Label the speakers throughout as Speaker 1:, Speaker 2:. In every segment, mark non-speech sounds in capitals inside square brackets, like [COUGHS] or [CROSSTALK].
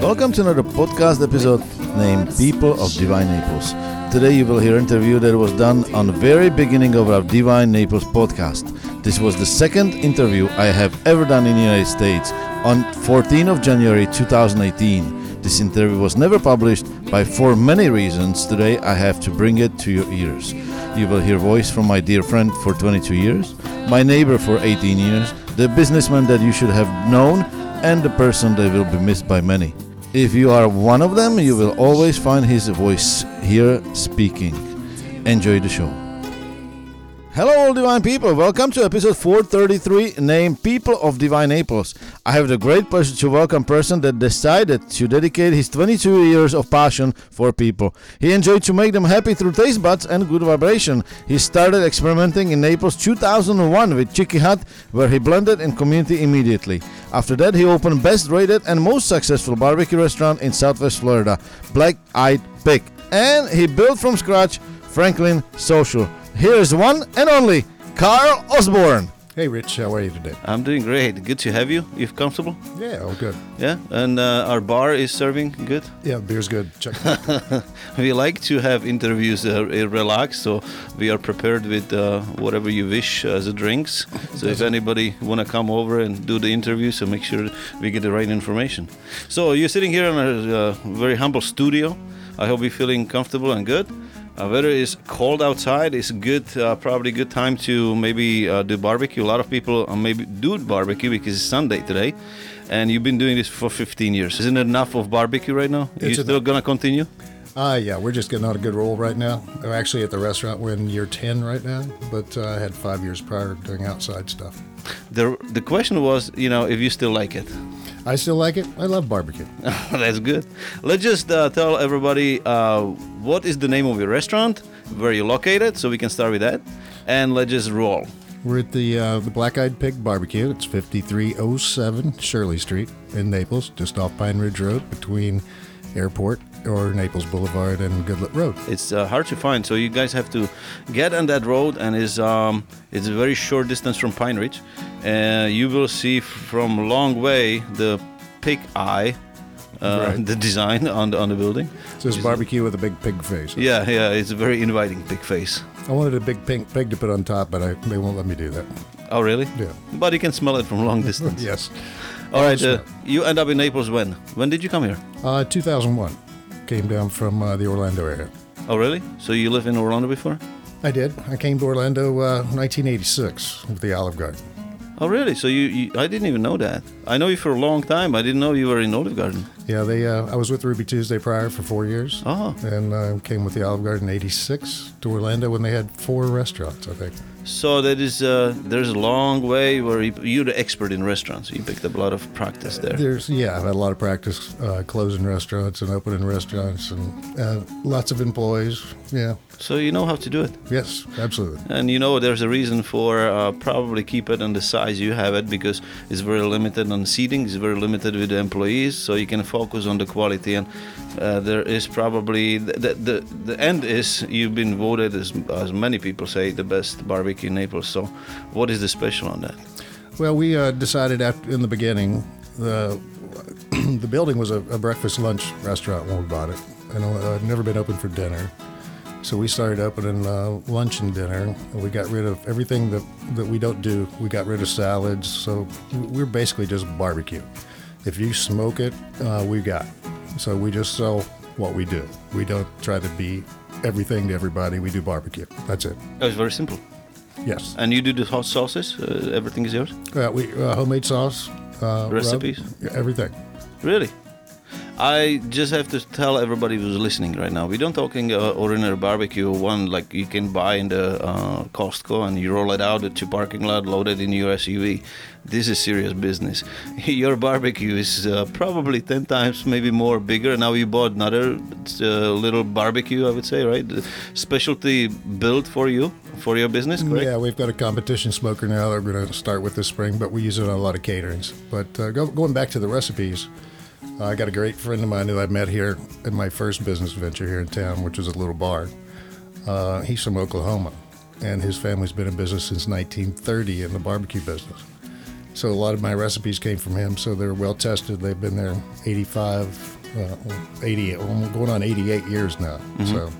Speaker 1: Welcome to another podcast episode named People of Divine Naples. Today you will hear interview that was done on the very beginning of our Divine Naples podcast. This was the second interview I have ever done in the United States on 14th of January 2018. This interview was never published, but for many reasons today I have to bring it to your ears. You will hear voice from my dear friend for 22 years, my neighbor for 18 years, the businessman that you should have known and the person that will be missed by many. If you are one of them, you will always find his voice here speaking. Enjoy the show. Hello, all divine people. Welcome to episode 433 named People of Divine Naples. I have the great pleasure to welcome person that decided to dedicate his 22 years of passion for people. He enjoyed to make them happy through taste buds and good vibration. He started experimenting in Naples 2001 with Chicky Hut, where he blended in community immediately. After that, he opened best rated and most successful barbecue restaurant in Southwest Florida, Black Eyed Pig. And he built from scratch Franklin Social. Here is one and only Carl Osborne.
Speaker 2: Hey, Rich, how are you today?
Speaker 3: I'm doing great. Good to have you. You're comfortable?
Speaker 2: Yeah, all good.
Speaker 3: Yeah. And uh, our bar is serving good.
Speaker 2: Yeah, beer's good. Check. [LAUGHS]
Speaker 3: We like to have interviews uh, uh, relaxed, so we are prepared with uh, whatever you wish as a drinks. So if anybody wanna come over and do the interview, so make sure we get the right information. So you're sitting here in a uh, very humble studio. I hope you're feeling comfortable and good. Uh, weather is cold outside. It's good, uh, probably good time to maybe uh, do barbecue. A lot of people uh, maybe do barbecue because it's Sunday today, and you've been doing this for 15 years. Isn't it enough of barbecue right now? you
Speaker 2: It's
Speaker 3: still
Speaker 2: enough.
Speaker 3: gonna continue?
Speaker 2: Ah, yeah, we're just getting on a good roll right now. I'm actually at the restaurant. We're in year 10 right now, but uh, I had five years prior doing outside stuff.
Speaker 3: The, the question was, you know, if you still like it. [LAUGHS]
Speaker 2: I still like it. I love [LAUGHS] barbecue.
Speaker 3: That's good. Let's just uh, tell everybody uh, what is the name of your restaurant, where you're located, so we can start with that. And let's just roll.
Speaker 2: We're at the, uh, the Black Eyed Pig Barbecue. It's 5307 Shirley Street in Naples, just off Pine Ridge Road between Airport or Naples Boulevard and Goodlet Road.
Speaker 3: It's uh, hard to find, so you guys have to get on that road, and is um, it's a very short distance from Pine Ridge. Uh, you will see from long way the pig eye, uh,
Speaker 2: Right.
Speaker 3: the design on the, on the building.
Speaker 2: So it's barbecue with a big pig face.
Speaker 3: Yeah, yeah, it's a very inviting pig face.
Speaker 2: I wanted a big pink pig to put on top, but I, they won't let me do that.
Speaker 3: Oh, really?
Speaker 2: Yeah.
Speaker 3: But you can smell it
Speaker 2: [LAUGHS]
Speaker 3: from long distance.
Speaker 2: Yes.
Speaker 3: All right, uh,
Speaker 2: Smell.
Speaker 3: you end up in Naples when? When did you come here?
Speaker 2: Uh, 2001. Came down from uh, the Orlando area.
Speaker 3: Oh, really? So you lived in Orlando before?
Speaker 2: I did. I came to Orlando uh, 1986 with the Olive Garden.
Speaker 3: Oh, really? So you, you? I didn't even know that. I know you for a long time. I didn't know you were in Olive Garden.
Speaker 2: Yeah, they. Uh, I was with Ruby Tuesday prior for four years.
Speaker 3: Oh.
Speaker 2: And uh, came with the Olive Garden in 86 to Orlando when they had four restaurants, I think.
Speaker 3: So that is uh, there's a long way where you, you're the expert in restaurants. You picked up a lot of practice there.
Speaker 2: There's, yeah, I've had a lot of practice uh, closing restaurants and opening restaurants and uh, lots of employees. Yeah.
Speaker 3: So you know how to do it,
Speaker 2: Yes, absolutely.
Speaker 3: and you know there's a reason for uh, probably keep it on the size you have it because it's very limited on seating. It's very limited with the employees, so you can focus on the quality. And uh, there is probably the, the the the end is you've been voted as as many people say the best barbecue in Naples. So what is the special on that?
Speaker 2: Well, we uh, decided after, in the beginning, the [CLEARS THROAT] the building was a, a breakfast lunch restaurant when we bought it, and uh, it had never been open for dinner. So we started opening uh, lunch and dinner, and we got rid of everything that that we don't do. We got rid of salads, so we're basically just barbecue. If you smoke it, uh, we got. it. So we just sell what we do. We don't try to be everything to everybody. We do barbecue. That's it.
Speaker 3: Oh, it's very simple.
Speaker 2: Yes.
Speaker 3: And you do the hot sauces. Uh, everything is yours.
Speaker 2: Uh, we uh, homemade sauce. Uh,
Speaker 3: Recipes?
Speaker 2: rub, yeah, everything.
Speaker 3: Really? I just have to tell everybody who's listening right now. We don't talking uh, ordinary barbecue one like you can buy in the uh, Costco and you roll it out to parking lot, load it in your SUV. This is serious business. [LAUGHS] Your barbecue is uh, probably ten times, maybe more bigger. Now you bought another uh, little barbecue, I would say, right? Specialty built for you for your business, correct?
Speaker 2: Yeah, we've got a competition smoker now that we're going to start with this spring, but we use it on a lot of caterings. But uh, go, going back to the recipes, uh, I got a great friend of mine who I met here in my first business venture here in town, which is a little bar. Uh, he's from Oklahoma, and his family's been in business since 1930 in the barbecue business. So a lot of my recipes came from him. So they're well tested. They've been there 85, uh, 80, almost going on 88 years now. So.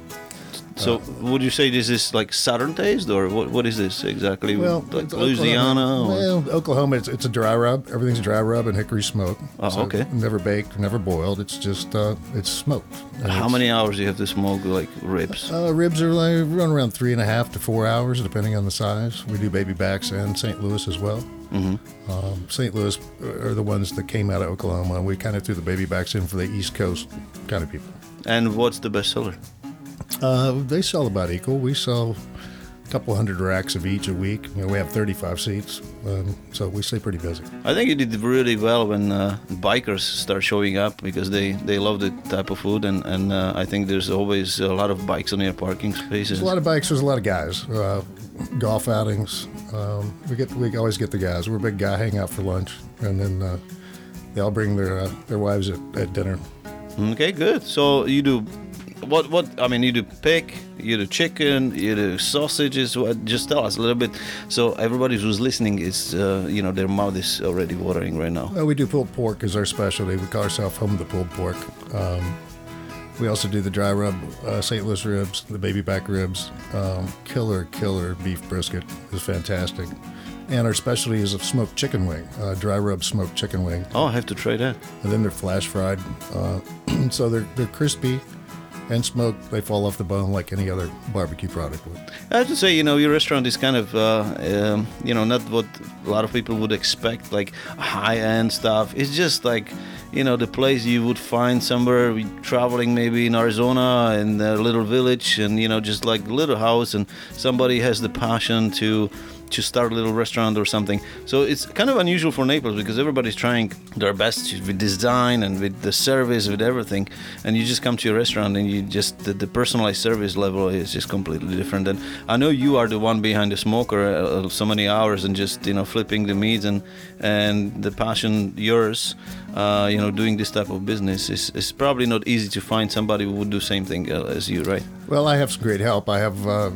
Speaker 3: So would you say this is like Southern taste, or what? What is this exactly?
Speaker 2: Well,
Speaker 3: like
Speaker 2: it's
Speaker 3: Louisiana.
Speaker 2: Oklahoma.
Speaker 3: or-
Speaker 2: Well, Oklahoma, it's, it's a dry rub. Everything's dry rub and hickory smoke.
Speaker 3: Oh, okay.
Speaker 2: Never baked, never boiled. It's just uh, it's smoked. And
Speaker 3: How
Speaker 2: it's-
Speaker 3: many hours do you have to smoke like ribs?
Speaker 2: Uh, ribs are like run around three and a half to four hours, depending on the size. We do baby backs and St. Louis as well. Mm-hmm. Um, St. Louis are the ones that came out of Oklahoma, and we kind of threw the baby backs in for the East Coast kind of people.
Speaker 3: And what's the best seller?
Speaker 2: Uh, they sell about equal. We sell a couple hundred racks of each a week. You know, we have 35 seats, um, so we stay pretty busy.
Speaker 3: I think you did really well when uh, bikers start showing up because they, they love the type of food and and uh, I think there's always a lot of bikes on your parking spaces.
Speaker 2: There's a lot of bikes. There's a lot of guys. Uh, golf outings. Um, we get we always get the guys. We're a big guy hangout for lunch, and then uh, they all bring their uh, their wives at, at dinner.
Speaker 3: Okay, good. So you do what? What I mean, you do pig, you do chicken, you do sausages. What? Just tell us a little bit, so everybody who's listening is, uh, you know, their mouth is already watering right now.
Speaker 2: Uh, we do pulled pork as our specialty. We call ourselves home of the pulled pork. Um, we also do the dry rub, uh, St. Louis ribs, the baby back ribs. Um, killer, killer beef brisket is fantastic. And our specialty is a smoked chicken wing, uh, dry rub smoked chicken wing.
Speaker 3: Oh, I have to try that.
Speaker 2: and then they're flash fried. Uh, [CLEARS THROAT] so they're they're crispy and smoked. They fall off the bone like any other barbecue product would.
Speaker 3: I have to say, you know, your restaurant is kind of, uh, um, you know, not what a lot of people would expect, like high end stuff. It's just like, you know, the place you would find somewhere we- traveling maybe in Arizona in a little village and, you know, just like little house and somebody has the passion to to start a little restaurant or something. So it's kind of unusual for Naples because everybody's trying their best with design and with the service, with everything. And you just come to your restaurant and you just, the, the personalized service level is just completely different. And I know you are the one behind the smoker uh, so many hours and just, you know, flipping the meats and, and the passion yours, uh, you know, doing this type of business is, is probably not easy to find somebody who would do same thing uh, as you, right?
Speaker 2: Well, I have some great help. I have uh,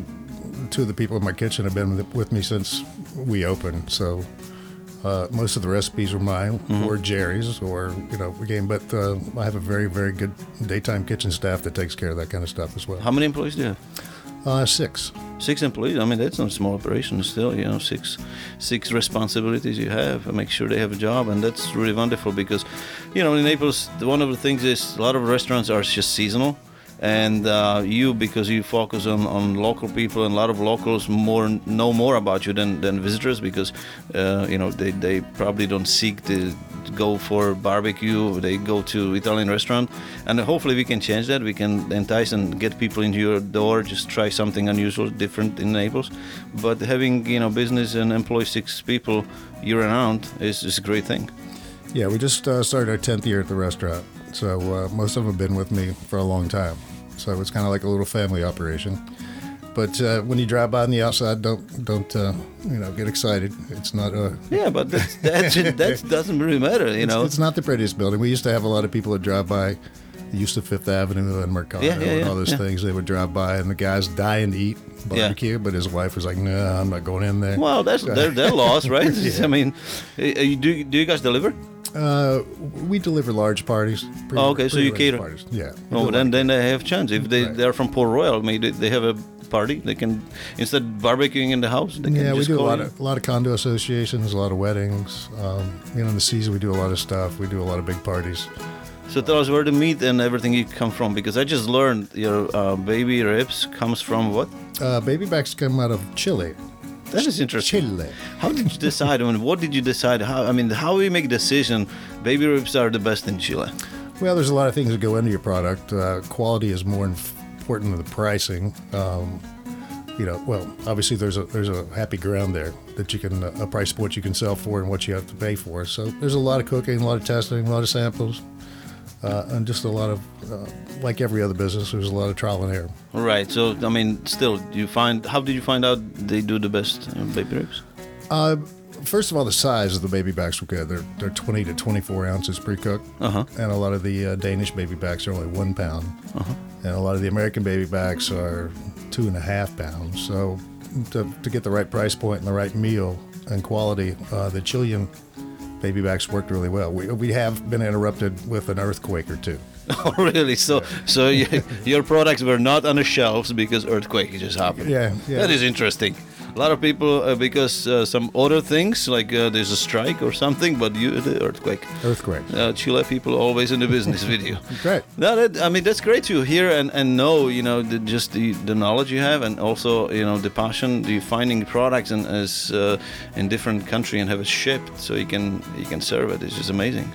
Speaker 2: two of the people in my kitchen have been with- with me since we opened. So uh, most of the recipes were mine or Jerry's or you know again. But uh, I have a very very good daytime kitchen staff that takes care of that kind of stuff as well.
Speaker 3: How many employees do you have?
Speaker 2: Uh, six.
Speaker 3: Six employees. I mean, that's not a small operation. Still, you know, six, six responsibilities you have. and Make sure they have a job, and that's really wonderful because, you know, in Naples, the- one of the things is a lot of restaurants are just seasonal, and uh, you because you focus on, on local people and a lot of locals more know more about you than, than visitors because, uh, you know, they, they probably don't seek the go for barbecue they go to italian restaurant and hopefully we can change that we can entice and get people into your door just try something unusual different in naples but having you know business and employ six people year round is, is a great thing
Speaker 2: Yeah, we just uh, started our 10th year at the restaurant. So uh, most of them have been with me for a long time. So it's kind of like a little family operation. But uh, when you drive by on the outside, don't don't uh, you know get excited. It's not uh, a
Speaker 3: yeah but that's, that's that doesn't really matter you know
Speaker 2: it's not the prettiest building. We used to have a lot of people that drive by, used to Fifth Avenue and Mercado
Speaker 3: Yeah, yeah,
Speaker 2: and
Speaker 3: yeah,
Speaker 2: all those
Speaker 3: yeah.
Speaker 2: things. They would drive by, and the guys dying to eat barbecue, but his wife was like, "No, I'm not going in there."
Speaker 3: well that's their, their loss right [LAUGHS] i mean uh, uh, you do, do you guys deliver
Speaker 2: uh, we deliver large parties. pretty-
Speaker 3: Oh, okay, so
Speaker 2: pretty
Speaker 3: you
Speaker 2: large
Speaker 3: cater.
Speaker 2: Parties. Yeah. we
Speaker 3: Oh,
Speaker 2: do
Speaker 3: then then they have chance. If they
Speaker 2: Right.
Speaker 3: they're from Port Royal, maybe they, they have a party. They can instead of barbecuing in the house. They
Speaker 2: Yeah,
Speaker 3: can
Speaker 2: we
Speaker 3: just
Speaker 2: do a
Speaker 3: call
Speaker 2: lot
Speaker 3: you.
Speaker 2: of a lot of condo associations, a lot of weddings. Um, you know, in the season we do a lot of stuff. We do a lot of big parties.
Speaker 3: So tell us where the meat and everything you come from, because I just learned your uh, baby ribs comes from what?
Speaker 2: Uh, baby backs come out of Chile.
Speaker 3: That is interesting.
Speaker 2: Chile.
Speaker 3: How did you decide? I mean, what did you decide? How I mean, how we make decision? Baby ribs are the best in Chile.
Speaker 2: Well, there's a lot of things that go into your product. Uh, quality is more inf- important than the pricing. Um, you know, well, obviously there's a there's a happy ground there that you can uh, a price what you can sell for and what you have to pay for. So there's a lot of cooking, a lot of testing, a lot of samples, uh, and just a lot of uh, like every other business, there's a lot of trial and error.
Speaker 3: Right. So I mean, still, you find how did you find out they do the best uh, baby ribs?
Speaker 2: Uh, first of all, the size of the baby backs were good. They're, they're 20 to 24 ounces pre cooked.
Speaker 3: Uh-huh.
Speaker 2: And a lot of the uh, Danish baby backs are only one pound. And a lot of the American baby backs are two and a half pounds. So to, to get the right price point and the right meal and quality, uh, the Chilean Babyback's worked really well. We, we have been interrupted with an earthquake or two.
Speaker 3: [LAUGHS] Oh, really? So, so y- your products were not on the shelves because earthquake just happened.
Speaker 2: Yeah, yeah.
Speaker 3: That is interesting. A lot of people uh, because uh, some other things like uh, there's a strike or something, but you the earthquake.
Speaker 2: Earthquake.
Speaker 3: Uh, Chile people always in
Speaker 2: [LAUGHS]
Speaker 3: the business with you.
Speaker 2: Right.
Speaker 3: No, that, I mean that's great to hear and, and know. You know, the, just the, the knowledge you have, and also you know the passion, the finding products and as uh, in different country and have it shipped so you can you can serve it. It's just amazing.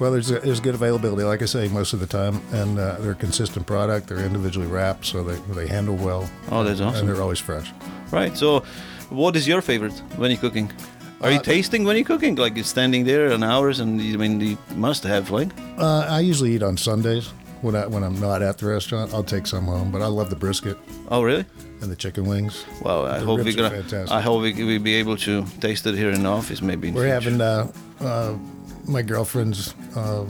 Speaker 2: Well, there's there's good availability, like I say, most of the time, and uh, they're a consistent product. They're individually wrapped, so they, they handle well.
Speaker 3: Oh, that's awesome.
Speaker 2: And they're always fresh.
Speaker 3: Right. So, what is your favorite when you're cooking? Are you
Speaker 2: Uh,
Speaker 3: tasting when you're cooking? Like you're standing there on hours, and you, I mean, you must have like.
Speaker 2: Uh, I usually eat on Sundays when I when I'm not at the restaurant. I'll take some home, but I love the brisket
Speaker 3: Oh, really?
Speaker 2: and the chicken wings.
Speaker 3: Wow. I
Speaker 2: The
Speaker 3: hope we're
Speaker 2: ribs are
Speaker 3: gonna.
Speaker 2: fantastic.
Speaker 3: I hope we will be able to taste it here in the office, maybe. In
Speaker 2: We're having
Speaker 3: future.
Speaker 2: uh, uh, my girlfriend's uh,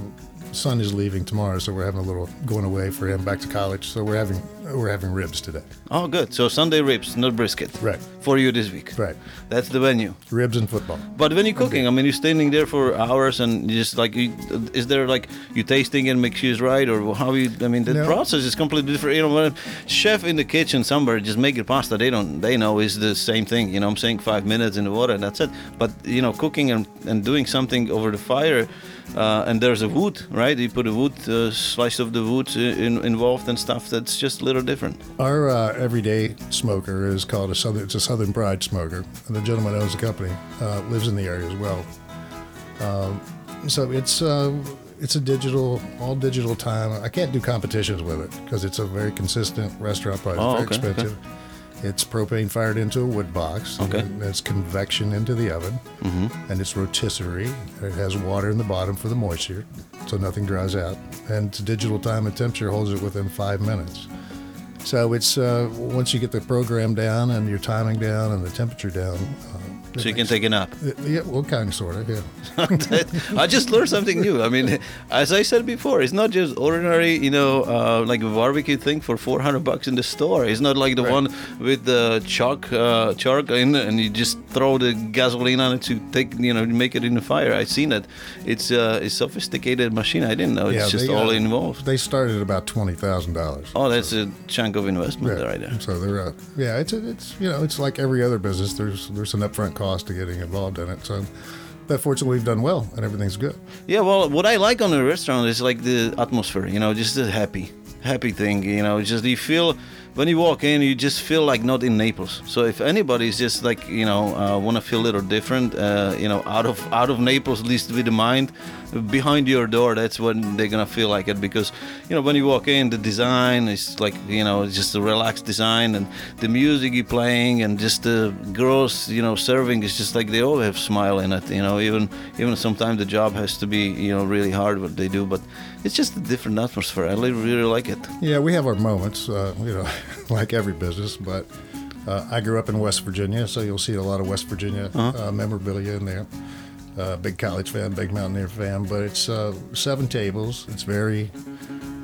Speaker 2: son is leaving tomorrow, so we're having a little going away for him back to college. So we're having we're having ribs today.
Speaker 3: Oh, good. So Sunday ribs, not brisket.
Speaker 2: Right.
Speaker 3: For you this week.
Speaker 2: Right.
Speaker 3: That's the venue.
Speaker 2: Ribs and football.
Speaker 3: But when you're cooking, I mean, you're standing there for hours, and you just like, you, is there like you tasting and make sure it's right, or how you? I mean, the
Speaker 2: No.
Speaker 3: process is completely different. You know, when a chef in the kitchen somewhere just making pasta, they don't, they know it's the same thing. You know, I'm saying five minutes in the water, and that's it. But you know, cooking and, and doing something over the fire, uh, and there's a wood, right? You put a wood uh, slice of the wood uh, in, involved and stuff. That's just a little different.
Speaker 2: Our uh, everyday smoker is called a southern. It's a Southern Pride smoker. And the gentleman owns the company, uh, lives in the area as well. Um, so it's uh, it's a digital, all digital time. I can't do competitions with it because it's a very consistent restaurant price.
Speaker 3: Oh,
Speaker 2: very
Speaker 3: okay, okay.
Speaker 2: expensive. It's propane fired into a wood box.
Speaker 3: Okay.
Speaker 2: And it's convection into the oven, mm-hmm. and it's rotisserie. and It has water in the bottom for the moisture, so nothing dries out. And it's digital time and temperature holds it within five minutes. So it's uh, once you get the program down and your timing down and the temperature down. Uh,
Speaker 3: So you can take a nap.
Speaker 2: it, yeah, well, kind of, sort of, yeah.
Speaker 3: [LAUGHS] I just learned something new. I mean, as I said before, it's not just ordinary, you know, uh, like a barbecue thing for 400 bucks in the store. It's not like the one with the chalk, uh, chalk in, and you just throw the gasoline on it to take, you know, make it in the fire. I've seen it. It's uh, a sophisticated machine. I didn't know. It's
Speaker 2: yeah,
Speaker 3: just
Speaker 2: they, uh,
Speaker 3: all involved.
Speaker 2: They started at about twenty thousand dollars.
Speaker 3: Oh, that's a chunk of investment right there.
Speaker 2: So they're uh, yeah, it's it's you know it's like every other business. There's there's an upfront cost to getting involved in it. So, but fortunately, we've done well and everything's good.
Speaker 3: Yeah, well, what I like on a restaurant is like the atmosphere, you know, just the happy, happy thing, you know, just you feel when you walk in, you just feel like not in Naples. So if anybody's just like, you know, uh, want to feel a little different, uh, you know, out of out of Naples, at least with the mind, behind your door, that's when they're gonna feel like it because, you know, when you walk in, the design is like, you know, it's just a relaxed design and the music you're playing and just the girls, you know, serving is just like they all have smile in it, you know, even even sometimes the job has to be, you know, really hard what they do, but it's just a different atmosphere. I really, really like it.
Speaker 2: Yeah, we have our moments, uh, you know, [LAUGHS] like every business. But uh, I grew up in West Virginia, so you'll see a lot of West Virginia uh memorabilia in there. Uh, big college fan, big mountaineer fan, but it's uh, seven tables. It's very,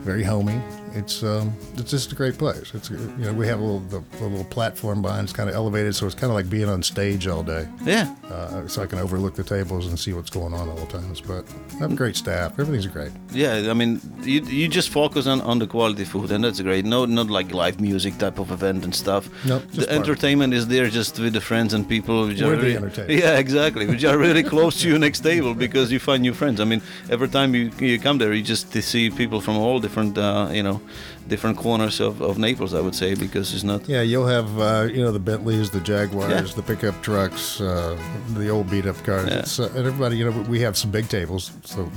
Speaker 2: very homey. It's um, it's just a great place. It's you know we have a little the, the little platform behind. It's kind of elevated, so it's kind of like being on stage all day.
Speaker 3: Yeah.
Speaker 2: Uh, so I can overlook the tables and see what's going on all the times. But I have great staff. Everything's great.
Speaker 3: Yeah, I mean, you, you just focus on, on the quality food, and that's great. No, not like live music type of event and stuff.
Speaker 2: Nope, just
Speaker 3: the
Speaker 2: part of it.
Speaker 3: entertainment is there just with the friends and people. Which
Speaker 2: We're
Speaker 3: are
Speaker 2: the
Speaker 3: really-
Speaker 2: entertainment.
Speaker 3: [LAUGHS] Yeah, exactly. Which are really close to your next
Speaker 2: [LAUGHS]
Speaker 3: table because you find new friends. I mean, every time you, you come there, you just see people from all different, uh, you know, different corners of, of Naples, I would say, because it's not.
Speaker 2: Yeah, you'll have uh, you know the Bentleys, the Jaguars,
Speaker 3: Yeah.
Speaker 2: the pickup trucks, uh, the old beat up cars,
Speaker 3: Yeah.
Speaker 2: It's, uh, and everybody. You know, we have some big tables, so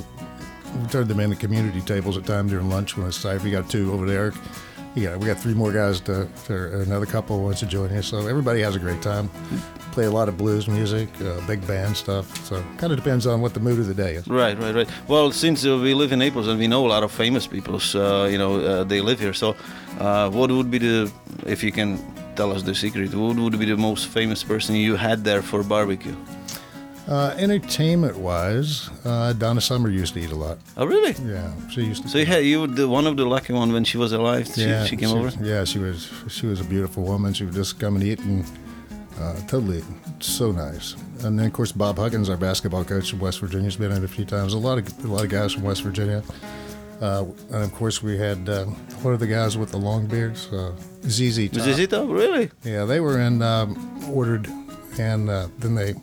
Speaker 2: we turned them into community tables at times during lunch when it's time. We got two over there. Yeah, we got three more guys to, to another couple wants to join us. So everybody has a great time. Play a lot of blues music, uh, big band stuff. So kind of depends on what the mood of the day is.
Speaker 3: Right, right, right. Well, since uh, we live in Naples and we know a lot of famous people, uh, you know, uh, they live here. So, uh, what would be the, if you can tell us the secret, what would be the most famous person you had there for barbecue?
Speaker 2: Uh, entertainment wise, uh, Donna Summer used to eat a lot.
Speaker 3: Oh, really?
Speaker 2: Yeah, she used to.
Speaker 3: So you had you were the, one of the lucky one when she was alive. She, she came over.
Speaker 2: was- yeah, she was she was a beautiful woman. She would just come and eat, and Uh, totally, so nice. And then of course Bob Huggins, our basketball coach from West Virginia, has been in a few times. A lot of a lot of guys from West Virginia. Uh, and of course we had uh, one of the guys with the long beards, uh, ZZ Top.
Speaker 3: Is it though? Really?
Speaker 2: Yeah, they were in um, ordered, and uh, then they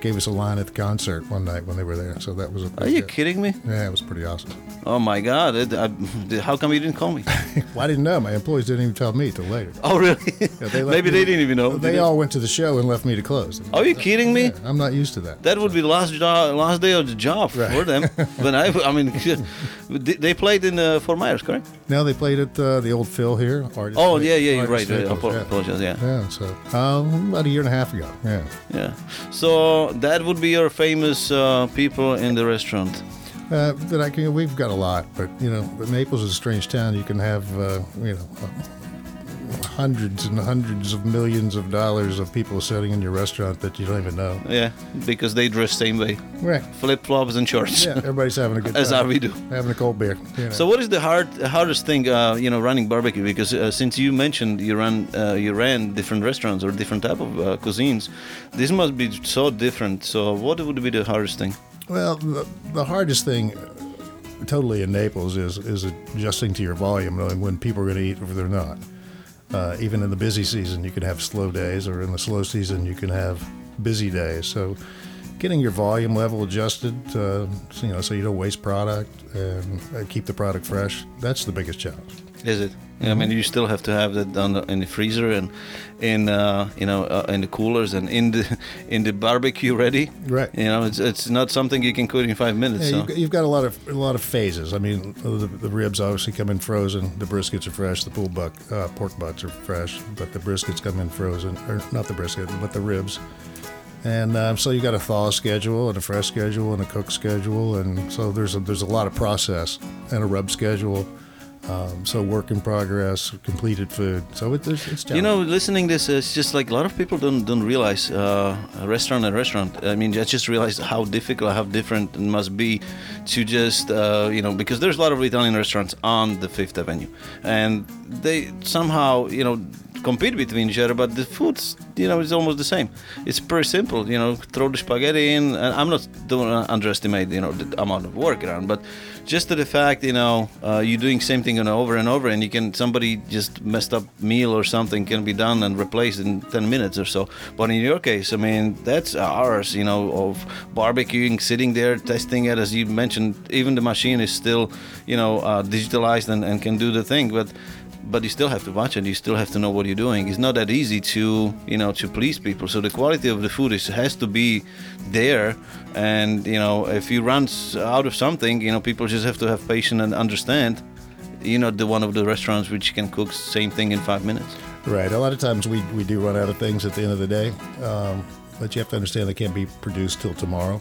Speaker 2: gave us a line at the concert one night when they were there. So that was a
Speaker 3: Are you kidding me?
Speaker 2: yeah, it was pretty awesome. [LAUGHS]
Speaker 3: Oh my God! It, I, [LAUGHS] how come you didn't call me?
Speaker 2: Well, I didn't know. My employees didn't even tell me till later.
Speaker 3: Oh really?
Speaker 2: they let
Speaker 3: [LAUGHS] Maybe
Speaker 2: me-
Speaker 3: Oh, they didn't even know.
Speaker 2: They
Speaker 3: did
Speaker 2: all went to the show and left me to close.
Speaker 3: Are you kidding me?
Speaker 2: Yeah, I'm not used to that.
Speaker 3: That would be the last job, last day of the job for
Speaker 2: Right. [LAUGHS]
Speaker 3: them. When I, I mean, [LAUGHS] they they played in uh, Fort Myers, correct?
Speaker 2: Now they played at uh, the old Phil here. Artist
Speaker 3: Oh yeah, yeah, you're right.
Speaker 2: Artist
Speaker 3: right.
Speaker 2: Staples,
Speaker 3: Apo- Apologize, yeah.
Speaker 2: yeah. Yeah, so um, about a year and a half ago. Yeah.
Speaker 3: Yeah. So that would be your famous uh, people in the restaurant.
Speaker 2: Uh, but I can, we've got a lot, but you know, but Naples is a strange town. You can have uh, you know hundreds and hundreds of millions of dollars of people sitting in your restaurant that you don't even know.
Speaker 3: Yeah, because they dress same way,
Speaker 2: Right?
Speaker 3: flip flops and shorts,
Speaker 2: Yeah, everybody's having a good time.
Speaker 3: as are we do.
Speaker 2: having a cold beer. You know.
Speaker 3: [LAUGHS] So what is the hard hardest thing uh, you know running barbecue? Because uh, since you mentioned you ran uh, you ran different restaurants or different type of uh, cuisines, this must be so different. So what would be the hardest thing?
Speaker 2: Well, the, the hardest thing, uh, totally in Naples, is is adjusting to your volume, knowing when people are going to eat or they're not. Uh, even in the busy season, you can have slow days, or in the slow season, you can have busy days. So, getting your volume level adjusted, uh, so, you know, so you don't waste product and uh, keep the product fresh. That's the biggest challenge.
Speaker 3: Is it? I mean, you still have to have that on the, in the freezer and in uh, you know uh, in the coolers and in the [LAUGHS] in the barbecue ready.
Speaker 2: Right.
Speaker 3: You know, it's it's not something you can cook in five minutes.
Speaker 2: Yeah,
Speaker 3: so.
Speaker 2: you've, you've got a lot of a lot of phases. I mean, the, the ribs obviously come in frozen. The briskets are fresh. The pulled buck uh, pork butts are fresh, but the briskets come in frozen, or not the brisket, but the ribs. And um, so you got a thaw schedule and a fresh schedule and a cook schedule, and so there's a, there's a lot of process and a rub schedule. Um, so work in progress, completed food. So it, it's, it's
Speaker 3: You know, listening this is just like a lot of people don't don't realize uh, restaurant and restaurant. I mean, I just realized how difficult, how different it must be to just uh, you know because there's a lot of Italian restaurants on the Fifth Avenue, and they somehow you know compete between each other, but the food's you know is almost the same. It's pretty simple. You know, throw the spaghetti in. And I'm not don't uh, underestimate you know the amount of work around, but just to the fact you know uh, you're doing same thing and over and over and you can somebody just messed up meal or something can be done and replaced in 10 minutes or so but in your case i mean that's hours you know of barbecuing sitting there testing it as you mentioned even the machine is still you know uh, digitalized and, and can do the thing but but you still have to watch it you still have to know what you're doing it's not that easy to you know to please people so the quality of the food is has to be there and you know if you run s- out of something you know people just have to have patience and understand you're not the one of the restaurants which can cook same thing in five minutes
Speaker 2: Right. A lot of times we, we do run out of things at the end of the day, um, but you have to understand they can't be produced till tomorrow.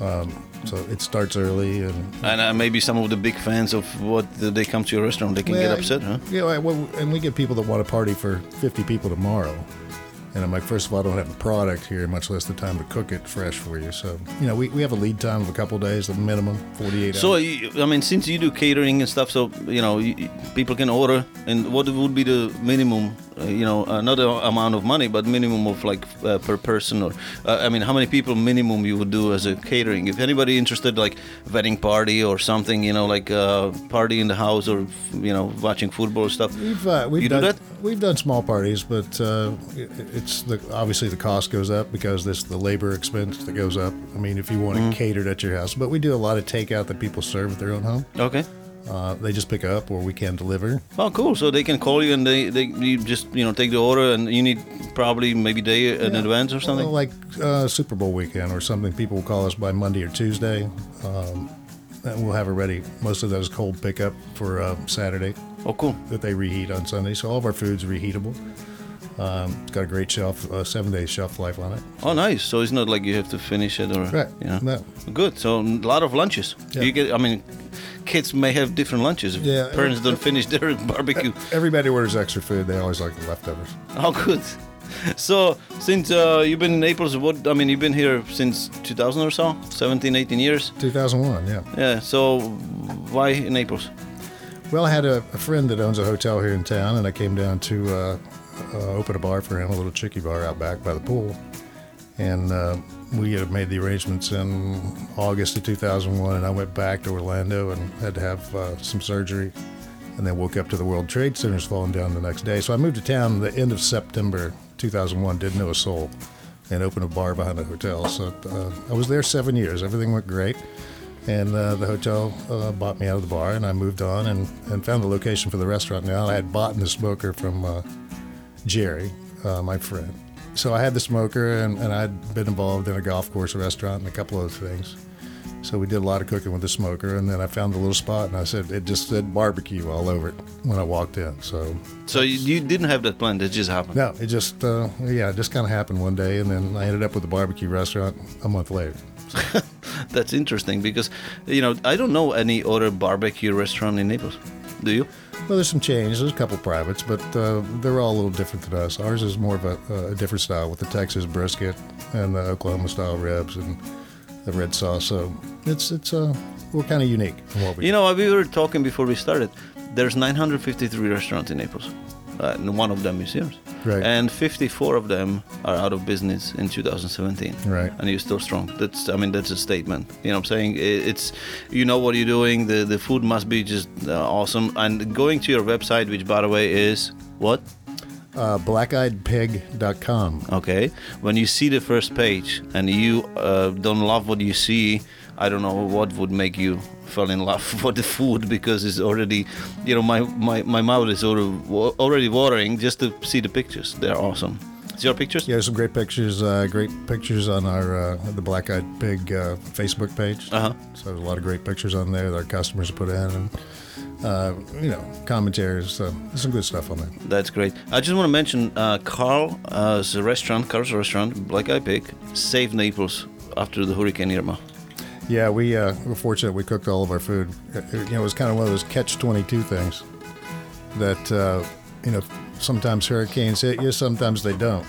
Speaker 2: Um, so it starts early, and
Speaker 3: and uh, maybe some of the big fans of what they come to your restaurant they can
Speaker 2: Well,
Speaker 3: get upset huh
Speaker 2: Yeah, I- well, and we get people that want to party for 50 people tomorrow. And I'm like, first of all, I don't have a product here, much less the time to cook it fresh for you. So, you know, we, we have a lead time of a couple days, the minimum 48
Speaker 3: so
Speaker 2: hours.
Speaker 3: you- i mean since you do catering and stuff so you know you- you- people can order and what would be the minimum uh, you know another amount of money but minimum of like uh, per person or uh, i mean how many people minimum you would do as a catering if anybody interested like wedding party or something you know like uh, party in the house or you know watching football stuff
Speaker 2: We've, uh, we've
Speaker 3: you do
Speaker 2: done
Speaker 3: that
Speaker 2: we've done small parties, but uh, it, it's the obviously the cost goes up because this the labor expense that goes up. I mean, if you want
Speaker 3: Mm-hmm.
Speaker 2: it catered at your house, but we do a lot of takeout that people serve at their own home.
Speaker 3: okay
Speaker 2: Uh, they just pick up, or we can deliver.
Speaker 3: Oh, cool! So they can call you, and they, they you just you know take the order, and you need probably maybe day in
Speaker 2: Yeah.
Speaker 3: advance or something.
Speaker 2: Well, like uh, Super Bowl weekend or something. People will call us by Monday or Tuesday. Um, and we'll have it ready. Most of those cold pickup for uh, Saturday
Speaker 3: oh, cool!
Speaker 2: that they reheat on Sunday. So all of our food's reheatable. Um, it's got a great shelf, uh, seven day shelf life on it.
Speaker 3: Oh, nice! So it's not like you have to finish it or
Speaker 2: Right.
Speaker 3: You know.
Speaker 2: No.
Speaker 3: Good. So a lot of lunches.
Speaker 2: Yeah.
Speaker 3: You get. I mean, kids may have different lunches. if
Speaker 2: Yeah.
Speaker 3: Parents don't
Speaker 2: [LAUGHS]
Speaker 3: finish their [LAUGHS] barbecue.
Speaker 2: Everybody orders extra food. They always like the leftovers.
Speaker 3: Oh, good. So since uh, you've been in Naples, what I mean, you've been here since 2000 or so, 17, 18 years.
Speaker 2: 2001, yeah.
Speaker 3: Yeah. So why Naples?
Speaker 2: Well, I had a, a friend that owns a hotel here in town, and I came down to uh, uh, open a bar for him, a little chicky bar out back by the pool. And uh, we had made the arrangements in August of 2001, and I went back to Orlando and had to have uh, some surgery. And then woke up to the World Trade Center's falling down the next day. So I moved to town the end of September 2001, didn't know a soul, and opened a bar behind a hotel. So uh, I was there seven years. Everything went great. And uh, the hotel uh, bought me out of the bar, and I moved on and, and found the location for the restaurant now. I had bought the smoker from uh, Jerry, uh, my friend. So I had the smoker, and, and I'd been involved in a golf course restaurant and a couple other things. So we did a lot of cooking with the smoker, and then I found the little spot, and I said it just said barbecue all over it when I walked in. So
Speaker 3: So you, you didn't have that plan. That just happened.
Speaker 2: no, it just uh, yeah, it just kind of happened one day, and then I ended up with a barbecue restaurant a month later.
Speaker 3: That's interesting because, you know, I don't know any other barbecue restaurant in Naples. Do you?
Speaker 2: Well, there's some change. There's a couple privates, but uh, they're all a little different than us. Ours is more of a, a different style with the Texas brisket and the Oklahoma style ribs and the red sauce. So it's it's uh, we're kind of unique. In what we
Speaker 3: You know, we were talking before we started. There's 953 restaurants in Naples, uh, and one of them is yours.
Speaker 2: Right.
Speaker 3: And 54 of them are out of business in 2017.
Speaker 2: Right.
Speaker 3: And you're still strong. That's, I mean, that's a statement. You know what I'm saying? It, it's, you know what you're doing. The the food must be just uh, awesome. And going to your website, which by the way is what?
Speaker 2: uh, blackeyedpig.com.
Speaker 3: okay when you see the first page and you uh, don't love what you see i don't know what would make you fall in love [LAUGHS] for the food because it's already you know my my, my mouth is already, already watering just to see the pictures they're awesome it's your pictures
Speaker 2: Yeah, there's some great pictures. Uh, great pictures on our uh, the Black Eyed Pig uh, Facebook page.
Speaker 3: Uh-huh.
Speaker 2: So there's a lot of great pictures on there that our customers put in, and uh, you know commentaries. So there's some good stuff on there.
Speaker 3: That's great. I just want to mention uh, Carl's restaurant, Carl's restaurant, Black Eye Pig, saved Naples after the Hurricane Irma.
Speaker 2: Yeah, we uh, were fortunate. We cooked all of our food. It, it, you know, it was kind of one of those catch-22 things that uh, you know sometimes hurricanes hit you, sometimes they don't.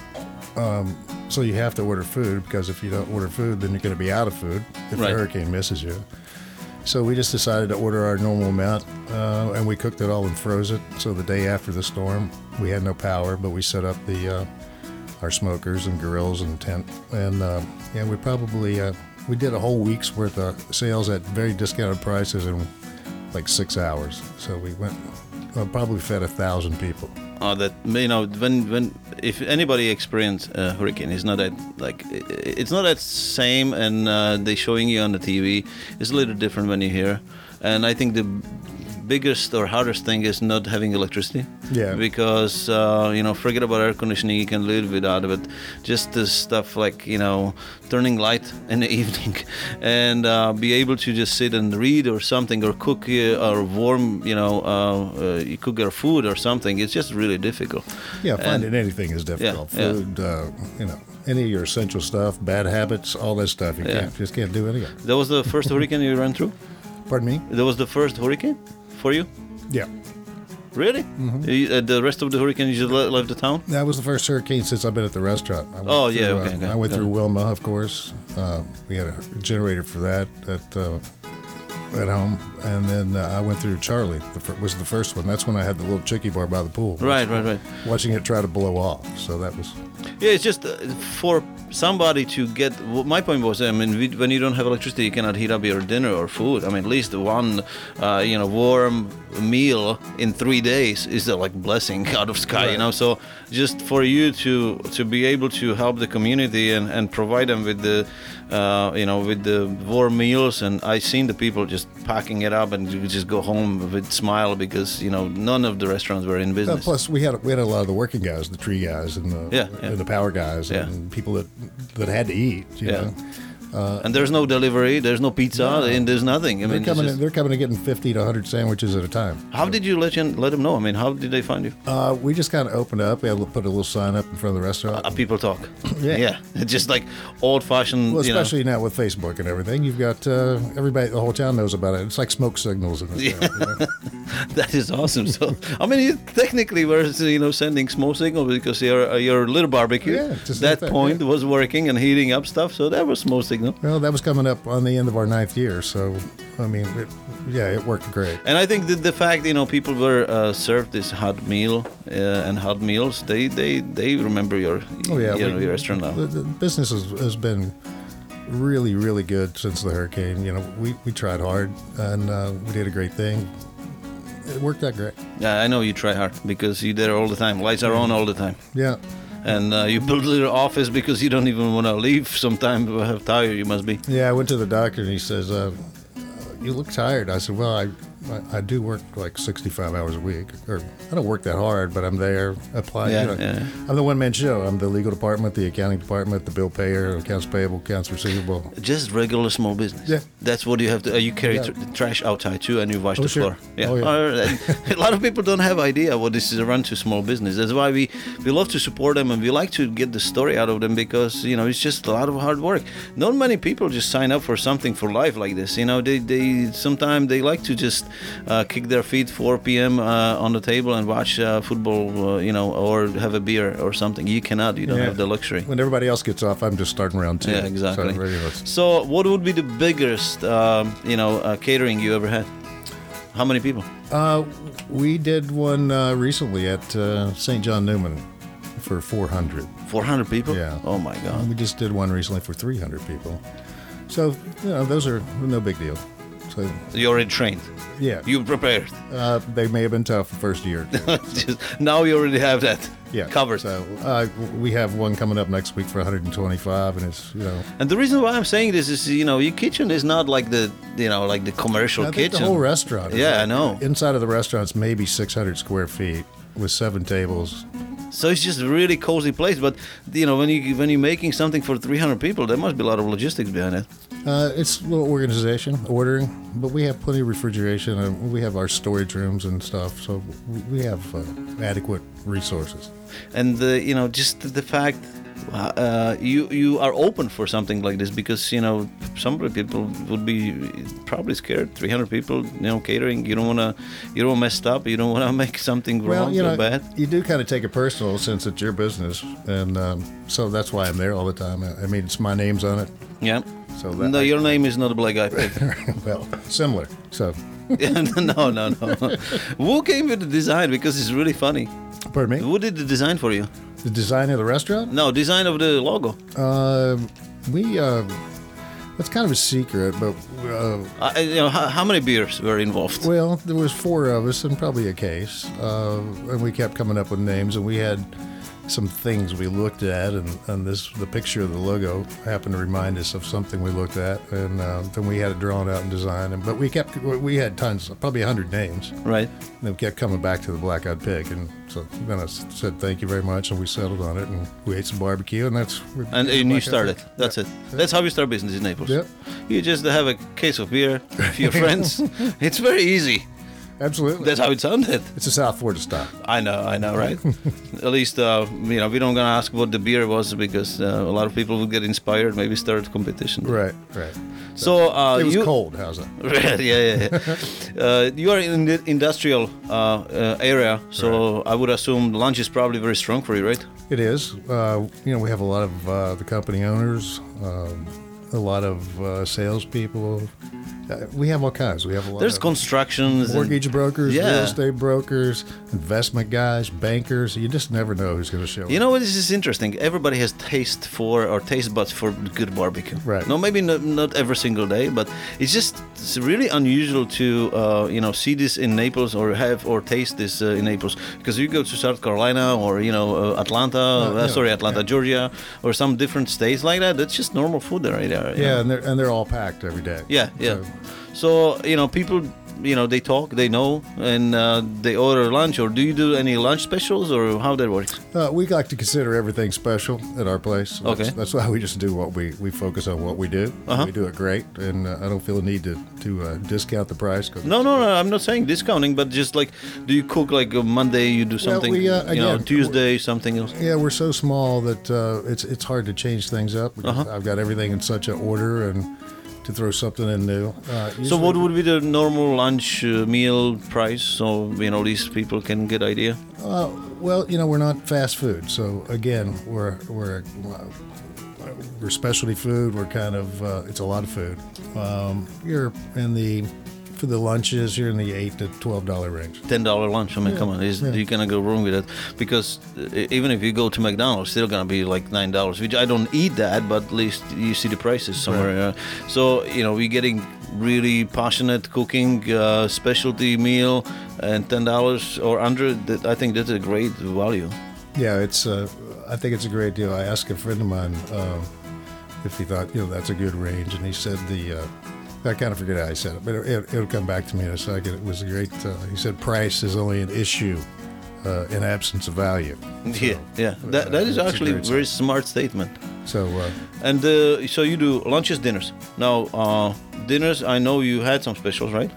Speaker 2: Um, so you have to order food because if you don't order food, then you're going to be out of food if
Speaker 3: Right.
Speaker 2: the hurricane misses you. So we just decided to order our normal amount, uh, and we cooked it all and froze it. So the day after the storm, we had no power, but we set up the uh, our smokers and grills and tent, and uh, yeah, we probably uh, we did a whole week's worth of sales at very discounted prices in like six hours. So we went uh, probably fed a thousand people.
Speaker 3: uh, that you know when when if anybody experienced a hurricane it's not that like i- i- it's not that same and uh, they showing you on the tv it's a little different when you're here and i think the biggest or hardest thing is not having electricity
Speaker 2: Yeah.
Speaker 3: because uh, you know forget about air conditioning you can live without it just the stuff like you know turning light in the [LAUGHS] evening and uh, be able to just sit and read or something or cook uh, or warm you know uh, uh, you cook your food or something it's just really difficult
Speaker 2: Yeah,
Speaker 3: And-
Speaker 2: finding anything is difficult.
Speaker 3: yeah.
Speaker 2: Food, Uh, you know, any of your essential stuff, bad habits, all that stuff. You
Speaker 3: Yeah.
Speaker 2: can't just can't do any of it.
Speaker 3: that was the first hurricane you ran through
Speaker 2: Pardon me.
Speaker 3: that was the first hurricane for you
Speaker 2: Yeah,
Speaker 3: really You- uh, the rest of the hurricane you just le- left the town
Speaker 2: that was the first hurricane since I've been at the restaurant. I went
Speaker 3: Oh, yeah,
Speaker 2: through,
Speaker 3: okay,
Speaker 2: uh,
Speaker 3: okay.
Speaker 2: I went
Speaker 3: Got
Speaker 2: through
Speaker 3: it.
Speaker 2: Wilma, of course. Uh, we had a generator for that at uh, at home, and then uh, I went through Charlie. The fir- was the first one. That's when I had the little chicky bar by the pool.
Speaker 3: right right right
Speaker 2: Watching it try to blow off. So that was
Speaker 3: Yeah, it's just uh, for somebody to get. w- My point was, I mean, we, when you don't have electricity, you cannot heat up your dinner or food. I mean, at least one, uh, you know, warm meal in three days is a, like blessing [LAUGHS] out of sky, you know. So just for you to to be able to help the community and, and provide them with the, uh, you know, with the warm meals, and I seen the people just packing it up and you just go home with smile because you know none of the restaurants were in
Speaker 2: Uh,
Speaker 3: business.
Speaker 2: plus, we had we had a lot of the working guys, the tree guys, and the
Speaker 3: Yeah, yeah.
Speaker 2: and the power guys,
Speaker 3: Yeah.
Speaker 2: and people that that had to eat. You
Speaker 3: Yeah.
Speaker 2: know,
Speaker 3: and there's no delivery, there's no pizza, and there's nothing. I
Speaker 2: they're
Speaker 3: mean,
Speaker 2: coming.
Speaker 3: it's
Speaker 2: in,
Speaker 3: just-
Speaker 2: they're coming and getting fifty to hundred sandwiches at a time.
Speaker 3: how did you let you, let them know? I mean, how did they find you?
Speaker 2: Uh, we just kind of opened up. We had to put a little sign up in front of the restaurant.
Speaker 3: Uh, people talk.
Speaker 2: [COUGHS] Yeah.
Speaker 3: yeah. [LAUGHS] It's just like old-fashioned.
Speaker 2: well,
Speaker 3: you know.
Speaker 2: especially now with
Speaker 3: [LAUGHS]
Speaker 2: Facebook and everything, you've got uh, everybody. The whole town knows about it. It's like smoke signals in the town. you know?
Speaker 3: [LAUGHS] that is awesome. So I mean, you technically were you know sending smoke signals because your your little barbecue
Speaker 2: Yeah, just like
Speaker 3: that
Speaker 2: that,
Speaker 3: point
Speaker 2: yeah.
Speaker 3: was working and heating up stuff. So that was smoke signal.
Speaker 2: Well, that was coming up on the end of our ninth year, so I mean, it, yeah, it worked great.
Speaker 3: And I think that the fact you know people were uh, served this hot meal uh, and hot meals, they they they remember your
Speaker 2: Oh yeah,
Speaker 3: you
Speaker 2: we-
Speaker 3: know, your restaurant now.
Speaker 2: The, the business has, has been really, really good since the hurricane. You know, we, we tried hard and uh, we did a great thing. It worked out great.
Speaker 3: Yeah, I know you try hard because you're there all the time. Lights are on all the time.
Speaker 2: Yeah,
Speaker 3: And uh, you build a little office because you don't even want to leave sometimes. [LAUGHS] How tired you must be.
Speaker 2: yeah. I went to the doctor and he says, uh, "You look tired." I said, "Well, I." I, I do work like 65 hours a week, or I don't work that hard, but I'm there. Apply.
Speaker 3: Yeah,
Speaker 2: you know,
Speaker 3: yeah.
Speaker 2: I'm the one man show. I'm the legal department, the accounting department, the bill payer, accounts payable, accounts receivable.
Speaker 3: Just regular small business.
Speaker 2: Yeah.
Speaker 3: That's what you have to. Uh, you carry
Speaker 2: Yeah.
Speaker 3: tr- trash outside too, and you wash
Speaker 2: Oh,
Speaker 3: the
Speaker 2: sure.
Speaker 3: floor. Yeah.
Speaker 2: Oh, yeah.
Speaker 3: Alright. [LAUGHS] a lot of people don't have idea what this is a run to small business. That's why we we love to support them and we like to get the story out of them because you know it's just a lot of hard work. Not many people just sign up for something for life like this. You know, they they sometimes they like to just uh, kick their feet 4 p.m. Uh, on the table and watch uh, football. Uh, you know, or have a beer or something. You cannot. You don't
Speaker 2: Yeah.
Speaker 3: have the luxury.
Speaker 2: When everybody else gets off, I'm just starting round two.
Speaker 3: Yeah, exactly.
Speaker 2: So, very much.
Speaker 3: So, what would be the biggest, um, you know, uh, catering you ever had? How many people?
Speaker 2: Uh, we did one uh, recently at uh, St. John Newman for 400.
Speaker 3: 400 people?
Speaker 2: Yeah.
Speaker 3: Oh my God.
Speaker 2: And we just did one recently for 300 people. So, you know, those are no big deal. So,
Speaker 3: You're already trained.
Speaker 2: yeah,
Speaker 3: You prepared.
Speaker 2: uh, they may have been tough the first
Speaker 3: [LAUGHS]
Speaker 2: year.
Speaker 3: Just- now you already have that
Speaker 2: Uh, Yeah,
Speaker 3: covered.
Speaker 2: So uh, we have one coming up next week for 125, and it's you know
Speaker 3: And the reason why I'm saying this is, you know, your kitchen is not like the, you know, like the commercial
Speaker 2: I think
Speaker 3: kitchen.
Speaker 2: the whole restaurant. is
Speaker 3: Yeah,
Speaker 2: like-
Speaker 3: I know.
Speaker 2: Inside of the restaurant's maybe 600 square feet with seven tables.
Speaker 3: So it's just a really cozy place. But you know, when you when you're making something for 300 people, there must be a lot of logistics behind it.
Speaker 2: Uh, it's a little organization, ordering, but we have plenty of refrigeration and we have our storage rooms and stuff, so we- we have uh, adequate resources.
Speaker 3: and the, you know just the- the fact uh, you you are open for something like this because you know some people would be probably scared 300 people you know catering you don't want to you don't mess up you don't want to [LAUGHS] make something wrong
Speaker 2: you
Speaker 3: or
Speaker 2: know,
Speaker 3: bad
Speaker 2: you do kind of take it personal since it's your business, and um, so that's why I'm there all the time. I I mean, it's my name's on it,
Speaker 3: yeah
Speaker 2: so that
Speaker 3: no your name is not a black guy picked.
Speaker 2: [LAUGHS] well similar. So,
Speaker 3: [LAUGHS] no no [LAUGHS] no who came with the design because it's really funny
Speaker 2: pardon me.
Speaker 3: who did the design for you
Speaker 2: The design of the restaurant.
Speaker 3: no design of the
Speaker 2: [LAUGHS]
Speaker 3: logo
Speaker 2: Uh, we uh, that's kind of a secret, but uh,
Speaker 3: uh, you know how, how many beers were involved
Speaker 2: Well, there was four of us and probably a case, uh, and we kept coming up with names, and we had some things we looked at, and, and this the picture of the logo happened to remind us of something we looked at, and uh, then we had it drawn out and designed, and but we kept we had tons, probably hundred names, and
Speaker 3: right
Speaker 2: we kept coming back to the black eyed pig, and so then I s- said thank you very much, and we settled on it, and we ate some barbecue, and that's
Speaker 3: And, and you started. That's it. That's how you start business in Naples.
Speaker 2: Yep.
Speaker 3: You just have a case of beer, a
Speaker 2: [LAUGHS]
Speaker 3: few friends. It's very easy.
Speaker 2: absolutely
Speaker 3: That's how it sounded.
Speaker 2: it's a South Florida style.
Speaker 3: I know, I know,
Speaker 2: [LAUGHS]
Speaker 3: right? At least, uh, you know, we don't gonna ask what the beer was because uh, a lot of people would get inspired, maybe start competition.
Speaker 2: Right, right.
Speaker 3: So uh,
Speaker 2: It was
Speaker 3: [LAUGHS] you,
Speaker 2: cold. How's that?
Speaker 3: yeah, yeah,
Speaker 2: [LAUGHS]
Speaker 3: yeah. uh, you are in the industrial uh, uh, area, so I would assume lunch is probably very strong for you, right?
Speaker 2: It is. Uh, you know, we have a lot of uh, the company owners, um, a lot of uh, salespeople. Uh, we have all kinds. We have a lot
Speaker 3: There's
Speaker 2: of
Speaker 3: constructions. and-
Speaker 2: mortgage brokers,
Speaker 3: Yeah.
Speaker 2: real estate brokers, investment guys, bankers. You just never know who's going to show
Speaker 3: You
Speaker 2: up.
Speaker 3: know what? This is interesting. Everybody has taste for or taste buds for good barbecue.
Speaker 2: Right.
Speaker 3: No, maybe not, not every single day, but it's just it's really unusual to uh, you know see this in Naples or have or taste this uh, in Naples because you go to South Carolina or you know uh, Atlanta, uh,
Speaker 2: yeah,
Speaker 3: sorry Atlanta,
Speaker 2: yeah.
Speaker 3: Georgia, or some different states like that. That's just normal food there. Right there you
Speaker 2: Yeah,
Speaker 3: know.
Speaker 2: and they're, and they're all packed every day.
Speaker 3: Yeah, yeah.
Speaker 2: So,
Speaker 3: So, you know, people, you know, they talk, they know, and uh, they order lunch. Or do you do any lunch specials, or how that works?
Speaker 2: Uh, we like to consider everything special at our place. That's-
Speaker 3: Okay.
Speaker 2: That's, why we just do what we we focus on what we do.
Speaker 3: Uh-huh.
Speaker 2: We do it great, and uh, I don't feel a need to to uh, discount the price. 'cause
Speaker 3: No, no, no. I'm not saying discounting, but just like, do you cook like a Monday? You do something,
Speaker 2: we, uh,
Speaker 3: you know,
Speaker 2: again,
Speaker 3: Tuesday something else.
Speaker 2: Yeah, we're so
Speaker 3: Uh-huh.
Speaker 2: small that uh, it's it's hard to change things up. because I've got everything in such an order, and to throw something in new. Uh,
Speaker 3: So what
Speaker 2: usually-
Speaker 3: would be the normal lunch uh, meal price? So you know these people can get idea.
Speaker 2: Uh, well, you know, we're not fast food, so again, we're we're uh, we're specialty food. We're kind of uh, it's a lot of food. Um, you're in the for the lunches, you're in the eight to twelve dollar range.
Speaker 3: Ten dollar lunch. I mean, come on, is, you cannot go wrong with that. Because uh, even if you go to McDonald's, still gonna be like nine dollars. Which I don't eat that, but at least you see the prices somewhere. Uh, so you know we're getting really passionate cooking, uh, specialty meal, and ten dollars or under. That I think that's a great value.
Speaker 2: Yeah, it's uh, I think it's a great deal. I asked a friend of mine um, if he thought you know that's a good range, and he said the. Uh, I kind of forget how I said it, but it, it'll come back to me in a second. It was a great. Uh, he said price is only an issue uh, in absence of value.
Speaker 3: yeah, yeah. That, that
Speaker 2: it's
Speaker 3: is
Speaker 2: a
Speaker 3: actually a
Speaker 2: great
Speaker 3: very smart statement.
Speaker 2: So uh,
Speaker 3: And uh, so you do lunches, dinners. Now, uh, dinners, I know you had some specials, right?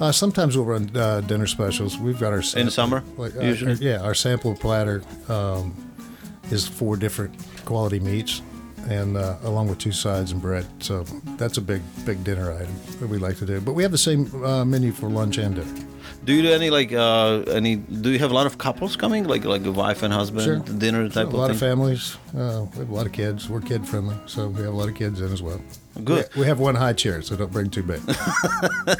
Speaker 2: Uh, sometimes we'll run uh, dinner specials. We've got our sample,
Speaker 3: summer,
Speaker 2: like, uh,
Speaker 3: usually?
Speaker 2: yeah, our sample platter um, is four different quality meats, and uh, along with two sides and bread. So that's a big, big dinner item that we like to do. But we have the same uh, menu for lunch and dinner.
Speaker 3: Do you do any like uh, any? Do you have a lot of couples coming, like like a wife and husband
Speaker 2: Sure.
Speaker 3: dinner type
Speaker 2: a lot
Speaker 3: of
Speaker 2: of
Speaker 3: thing?
Speaker 2: families. Uh, we have a lot of kids. We're kid friendly, so we have a lot of kids in as well.
Speaker 3: Good.
Speaker 2: We, we have one high chair, so don't bring too
Speaker 3: [LAUGHS]
Speaker 2: big.
Speaker 3: [LAUGHS]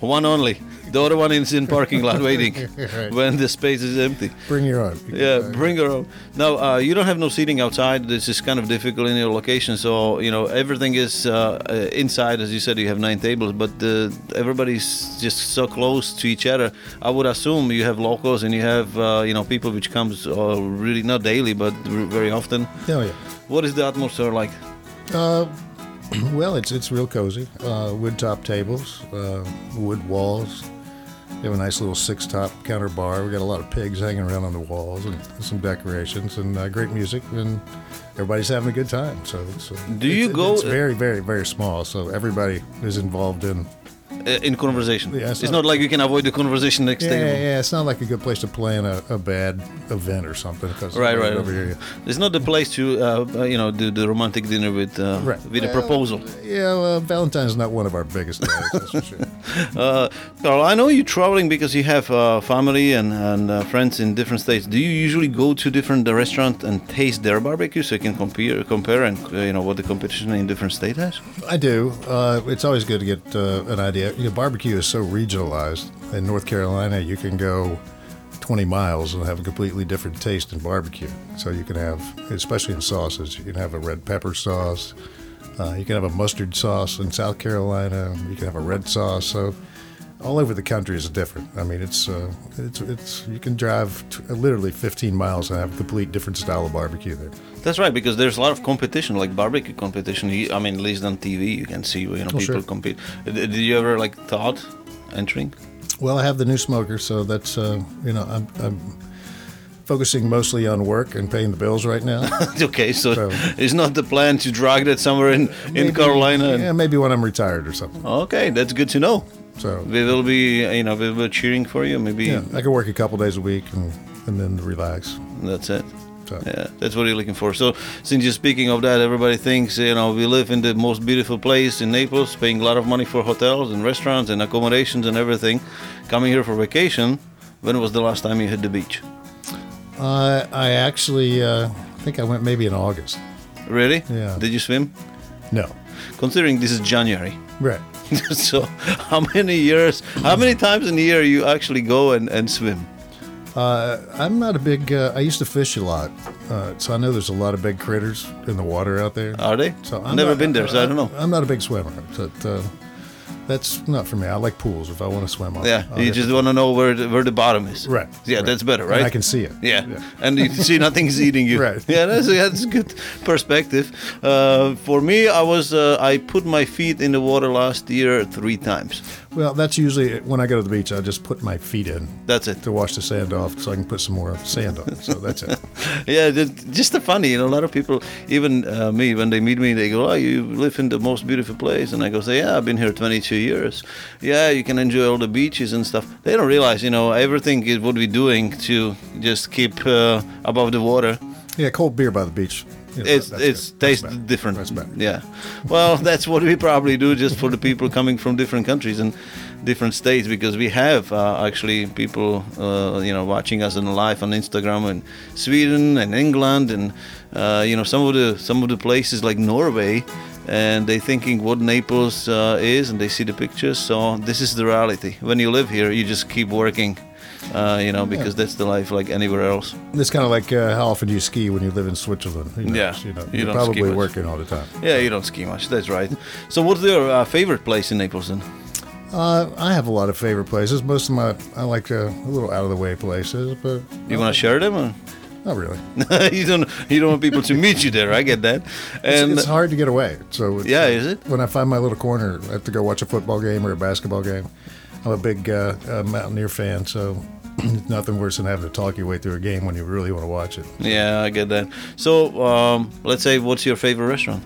Speaker 3: one only. The other one is in
Speaker 2: [LAUGHS]
Speaker 3: parking lot waiting
Speaker 2: Right.
Speaker 3: when the space is empty.
Speaker 2: bring your own.
Speaker 3: Yeah, bring her own. Now uh, you don't have no seating outside. This is kind of difficult in your location. So you know everything is uh, uh, inside, as you said. You have nine tables, but uh, everybody's just so close to each other. I would assume you have locals and you have uh, you know people which comes uh, really not daily, but r- very often.
Speaker 2: Oh yeah.
Speaker 3: What is the atmosphere like?
Speaker 2: Uh, well, it's it's real cozy. Uh, wood top tables, uh, wood walls. We have a nice little six top counter bar. We got a lot of pigs hanging around on the walls and some decorations and uh, great music and everybody's having a good time. So it's uh,
Speaker 3: Do you
Speaker 2: it's,
Speaker 3: go-
Speaker 2: It's very very very small. So everybody is involved in.
Speaker 3: Uh, in conversation,
Speaker 2: Yeah,
Speaker 3: it's,
Speaker 2: it's
Speaker 3: not
Speaker 2: not-
Speaker 3: like you can avoid the conversation next
Speaker 2: Yeah,
Speaker 3: table.
Speaker 2: yeah, yeah, it's not like a good place to plan a, a bad event or something. 'cause
Speaker 3: Right, right.
Speaker 2: Over here.
Speaker 3: It's not the place to, uh, you know, do the romantic dinner with uh,
Speaker 2: Right.
Speaker 3: with a proposal.
Speaker 2: Yeah, well, Valentine's not one of our biggest days. that's for sure.
Speaker 3: Uh, Carl, I know you're traveling because you have uh, family and, and uh, friends in different states. Do you usually go to different uh, restaurants and taste their barbecue so you can compare, compare, and uh, you know what the competition in different state has?
Speaker 2: I do. Uh, it's always good to get uh, an idea. You know, barbecue is so regionalized. In North Carolina, you can go 20 miles and have a completely different taste in barbecue. So you can have, especially in sauces, you can have a red pepper sauce. Uh, you can have a mustard sauce in South Carolina. You can have a red sauce. So all over the country is different. I mean, it's uh, it's it's you can drive t- literally 15 miles and have a complete different style of barbecue there.
Speaker 3: That's right, because there's a lot of competition, like barbecue competition. You- I mean, at least on TV, you can see you know people
Speaker 2: Oh, sure.
Speaker 3: compete. Uh, Did you ever like thought entering?
Speaker 2: Well, I have the new smoker, so that's uh, you know I'm, I'm focusing mostly on work and paying the bills right now.
Speaker 3: [LAUGHS] okay, so,
Speaker 2: So-
Speaker 3: it's not the plan to drag that somewhere in [LAUGHS] in
Speaker 2: Maybe-
Speaker 3: Carolina. and-
Speaker 2: yeah, maybe when I'm retired or something.
Speaker 3: Okay, that's good to know.
Speaker 2: So
Speaker 3: We will be, you know, we will be cheering for you. Maybe
Speaker 2: yeah, I can work a couple days a week and, and then relax.
Speaker 3: that's it.
Speaker 2: So
Speaker 3: Yeah, that's what you're looking for. So, since you're speaking of that, everybody thinks, you know, we live in the most beautiful place in Naples, paying a lot of money for hotels and restaurants and accommodations and everything. Coming here for vacation, when was the last time you hit the beach?
Speaker 2: uh, I actually uh, think I went maybe in August.
Speaker 3: Really?
Speaker 2: Yeah.
Speaker 3: Did you swim?
Speaker 2: No,
Speaker 3: Considering this is January. [LAUGHS]
Speaker 2: right.
Speaker 3: so, how many years, how many times in a year you actually go and, and swim?
Speaker 2: Uh, I'm not a big. Uh, I used to fish a lot, uh, so I know there's a lot of big critters in the water out there.
Speaker 3: Are they?
Speaker 2: So
Speaker 3: I've never
Speaker 2: not-
Speaker 3: been there, so I don't know.
Speaker 2: I'm not a big swimmer, but uh, that's not for me. I like pools. If I want to swim, I'll,
Speaker 3: Yeah,
Speaker 2: I'll
Speaker 3: you
Speaker 2: get-
Speaker 3: just want to know where the, where the bottom is.
Speaker 2: Right,
Speaker 3: Yeah,
Speaker 2: right.
Speaker 3: that's better, right?
Speaker 2: And I can see it.
Speaker 3: Yeah.
Speaker 2: Yeah.
Speaker 3: and you see nothing's eating you.
Speaker 2: Right.
Speaker 3: Yeah, that's that's a good perspective. Uh, for me, I was uh, I put my feet in the water last year three times. [LAUGHS]
Speaker 2: Well, that's usually it. when I go to the beach. I just put my feet in
Speaker 3: That's it.
Speaker 2: to wash the sand off, so I can put some more sand on. So that's
Speaker 3: [LAUGHS]
Speaker 2: it.
Speaker 3: Yeah, just, just the funny. You know, a lot of people, even uh, me, when they meet me, they go, "Oh, you live in the most beautiful place," and I go, "Say, yeah, I've been here 22 years. Yeah, you can enjoy all the beaches and stuff." They don't realize, you know, everything is what we're doing to just keep uh, above the water.
Speaker 2: Yeah, cold beer by the beach. Yeah, that-
Speaker 3: it's
Speaker 2: that's
Speaker 3: it's
Speaker 2: good. That's
Speaker 3: tastes
Speaker 2: better.
Speaker 3: different.
Speaker 2: That's better.
Speaker 3: Yeah. Well, [LAUGHS] that's what we probably do just for the people coming from different countries and different states because we have uh, actually people uh, you know watching us in live on Instagram in Sweden and England and uh, you know some of the some of the places like Norway and they thinking what Naples uh, is and they see the pictures. So this is the reality. When you live here, you just keep working. Uh, you know, because that's the life like anywhere else.
Speaker 2: It's kind of like uh, how often do you ski when you live in Switzerland? You know,
Speaker 3: Yeah,
Speaker 2: you know,
Speaker 3: you
Speaker 2: you're
Speaker 3: don't ski
Speaker 2: probably
Speaker 3: much.
Speaker 2: working all the time.
Speaker 3: Yeah, you don't ski much. That's right. So, what's your uh, favorite place in Naples? Then?
Speaker 2: Uh, I have a lot of favorite places. Most of my I like uh, a little out of the way places, but
Speaker 3: You want
Speaker 2: Oh.
Speaker 3: to share them? [LAUGHS] Or?
Speaker 2: not really.
Speaker 3: you don't. You don't want people to meet you there. I get that. And
Speaker 2: [LAUGHS] it's, it's hard to get away. So it's, uh,
Speaker 3: Yeah, is it?
Speaker 2: When I find my little corner, I have to go watch a football game or a basketball game. I'm a big uh, uh, Mountaineer fan, so it's nothing worse than having to talk your way through a game when you really want to watch it.
Speaker 3: yeah, I get that. So, um, let's say, what's your favorite restaurant?